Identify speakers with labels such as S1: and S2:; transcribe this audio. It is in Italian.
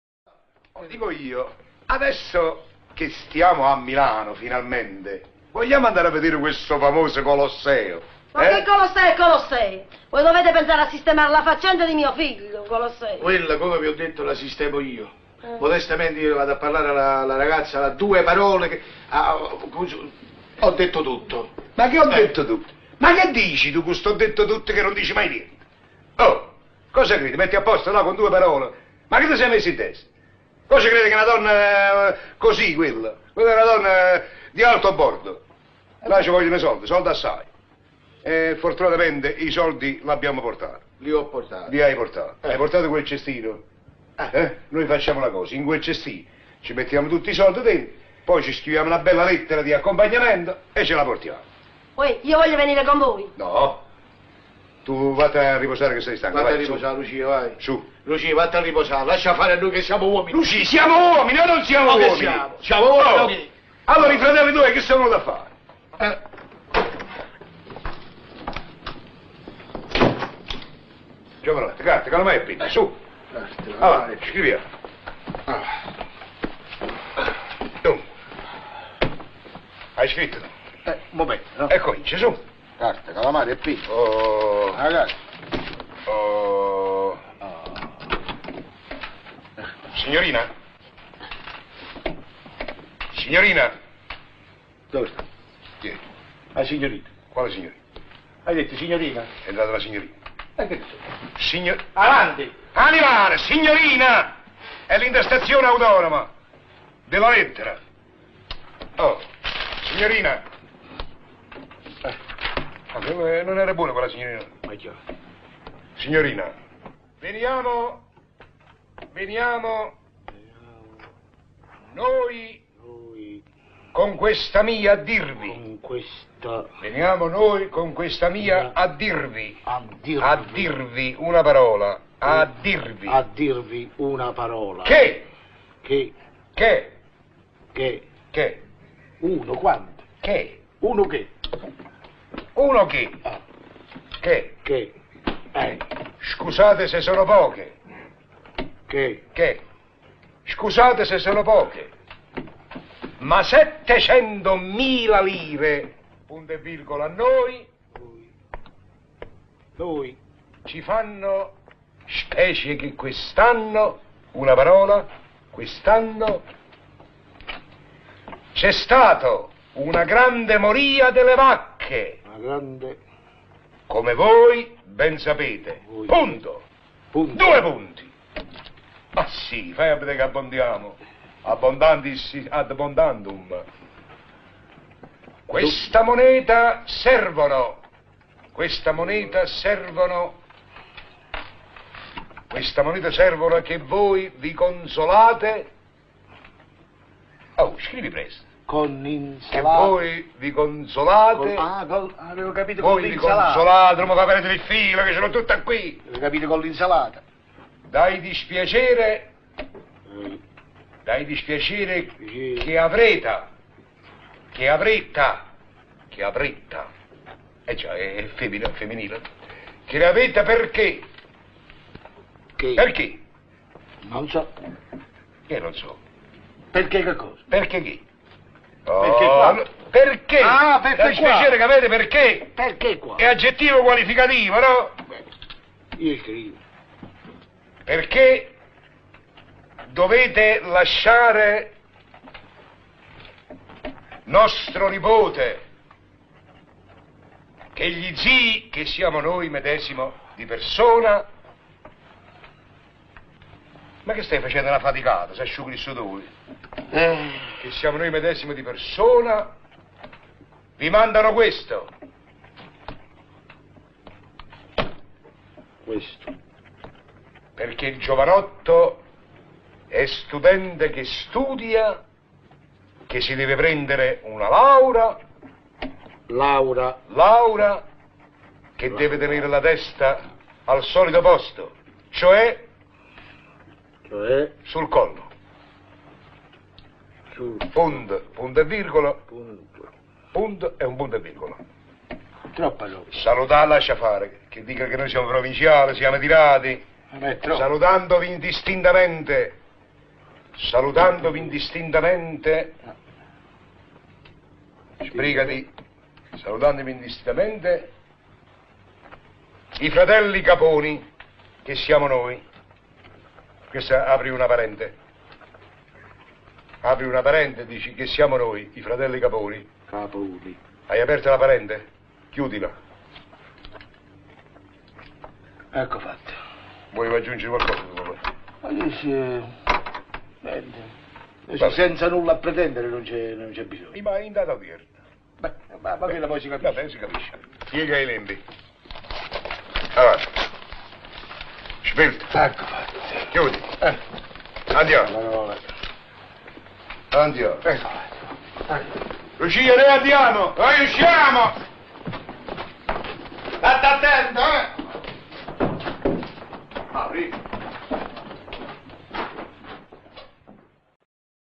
S1: Lo Oh, dico io, adesso che stiamo a Milano finalmente, vogliamo andare a vedere questo famoso Colosseo? eh?
S2: Ma che Colosseo è Colosseo? Voi dovete pensare a sistemare la faccenda di mio figlio, Colosseo.
S3: Quella, come vi ho detto, la sistemo io. Modestamente io vado a parlare alla, alla ragazza, la due parole che... ah, ho detto tutto.
S1: Ma che ho
S2: Eh.
S1: detto tu? Ma che dici tu, questo ho detto tutto che non dici mai niente? Oh, cosa credi? Metti a posto là con due parole. Ma che ti sei messo in testa? Cosa credi che una donna eh, così, quella? Quella è una donna eh, di alto bordo. Là ci vogliono i soldi, soldi assai. E fortunatamente i soldi l'abbiamo portati.
S3: Li ho portati.
S1: Li hai portati.
S3: Eh.
S1: Hai portato quel cestino. Eh? Noi facciamo una cosa, in quel cestino ci mettiamo tutti i soldi dentro, poi ci scriviamo una bella lettera di accompagnamento e ce la portiamo.
S2: Poi io voglio venire con voi.
S1: No. Tu vatti a riposare che sei stanco.
S3: Vatti a
S1: vai, su.
S3: riposare, Lucia, vai.
S1: Su.
S3: Lucia, vatti a riposare, lascia fare a noi che siamo uomini.
S1: Luci, siamo uomini o non siamo
S3: Ma che
S1: uomini?
S3: siamo? Siamo uomini.
S1: Allora i fratelli tuoi che sono da fare?
S3: Eh,
S1: Giovanotti, carta, calma e pinta, su.
S3: carta,
S1: Allora,
S3: Ah, vai.
S1: scriviamo.
S3: Ah,
S1: Dunque. Hai scritto?
S3: eh, un momento, no?
S1: E comincia, su.
S4: Carta, calamari e pizza.
S1: Oh,
S4: Ragazzi,
S1: oh. Eh. Signorina? Signorina?
S3: Dove sta?
S1: Chi è?
S3: La signorina.
S1: Quale signorina?
S3: Hai detto signorina?
S1: È andata la signorina.
S3: Eh, che detto?
S1: Signor...
S3: Avanti!
S1: Animale, signorina! È l'intestazione autonoma della lettera. Oh, signorina. Eh, ma che- non era buona quella signorina.
S3: Ma già.
S1: Signorina. Veniamo. Veniamo. Noi
S5: Noi
S1: con questa mia a dirvi.
S5: con questa
S1: Veniamo noi con questa mia a dirvi.
S5: a dirvi,
S1: A dirvi una parola. A dirvi.
S5: a dirvi una parola
S1: Che?
S5: che
S1: Che?
S5: che
S1: Che?
S5: uno quanto
S1: Che?
S5: uno che
S1: Uno che?
S5: Ah.
S1: Che?
S5: che eh,
S1: Scusate se sono poche.
S5: che
S1: Che? Scusate se sono poche. Ma 700.000 lire, punto e virgola, a noi
S5: noi
S1: ci fanno specie che quest'anno, una parola, quest'anno c'è stato una grande moria delle vacche,
S5: una grande
S1: come voi ben sapete.
S5: Voi.
S1: Punto.
S5: punto
S1: Due punti. Ma sì, fai a vedere che abbondiamo. Abbondantis ad abbondandum. Questa moneta servono. Questa moneta servono. Questa moneta servono a che voi vi consolate. Oh, scrivi presto.
S5: con
S1: Che
S5: insalata
S1: voi vi consolate.
S3: Ah, col- avevo capito con
S1: Voi vi
S3: l'insalata.
S1: consolate, non mi fa perdere il filo, che sono tutta qui.
S3: Avevo capito con l'insalata.
S1: Dai dispiacere
S5: eh,
S1: dai dispiacere
S5: Sì.
S1: che avrete, che avrete, che avrete, e già è femmina, femminile, che ne avete perché,
S5: che
S1: perché,
S5: non so
S1: io non so,
S5: perché che cosa
S1: perché chi? Oh,
S3: Perché qua?
S1: allora- perché?
S3: Ah,
S1: Dai
S3: perché qua.
S1: dispiacere che avete perché,
S5: perché qua
S1: è aggettivo qualificativo, no?
S5: io scrivo
S1: Perché dovete lasciare nostro nipote, che gli zii, che siamo noi medesimo di persona, ma che stai facendo una faticata, si asciughi il sudore, che siamo noi medesimo di persona, vi mandano questo,
S5: questo
S1: perché il giovanotto è studente che studia, che si deve prendere una laurea,
S5: Laura
S1: laurea che deve tenere la testa al solito posto, cioè
S5: cioè
S1: sul collo.
S5: su
S1: Punto, punto e virgola,
S5: punto
S1: punto e un punto e virgola.
S5: troppa roba
S1: Salutare lascia fare, che dica che noi siamo provinciali, siamo tirati,
S5: Ma è troppo
S1: salutandovi indistintamente, salutandovi indistintamente, sbrigati, salutandovi indistintamente, i fratelli Caponi, che siamo noi. Questa apri una parente. Apri una parente, dici che siamo noi, i fratelli Caponi.
S5: Caponi.
S1: Hai aperto la parente? Chiudila.
S5: Ecco fatto.
S1: Vuoi aggiungere qualcosa? tu, papà?
S5: Ma lì si... Bene. Lì
S1: Vabbè.
S5: si- Senza nulla a pretendere non c'è, non c'è bisogno.
S1: Mi vai in data odierna.
S5: Beh, ma, ma quella poi si capisce.
S1: Vabbè, si capisce. Piega i lembi. Avanti. Svelta.
S5: Ecco fatto.
S1: Chiudi. Andiamo.
S5: Parola.
S1: Andiamo. Ecco. Lucia, noi andiamo. Noi usciamo.
S3: Ah,
S1: State attento, eh. Apri.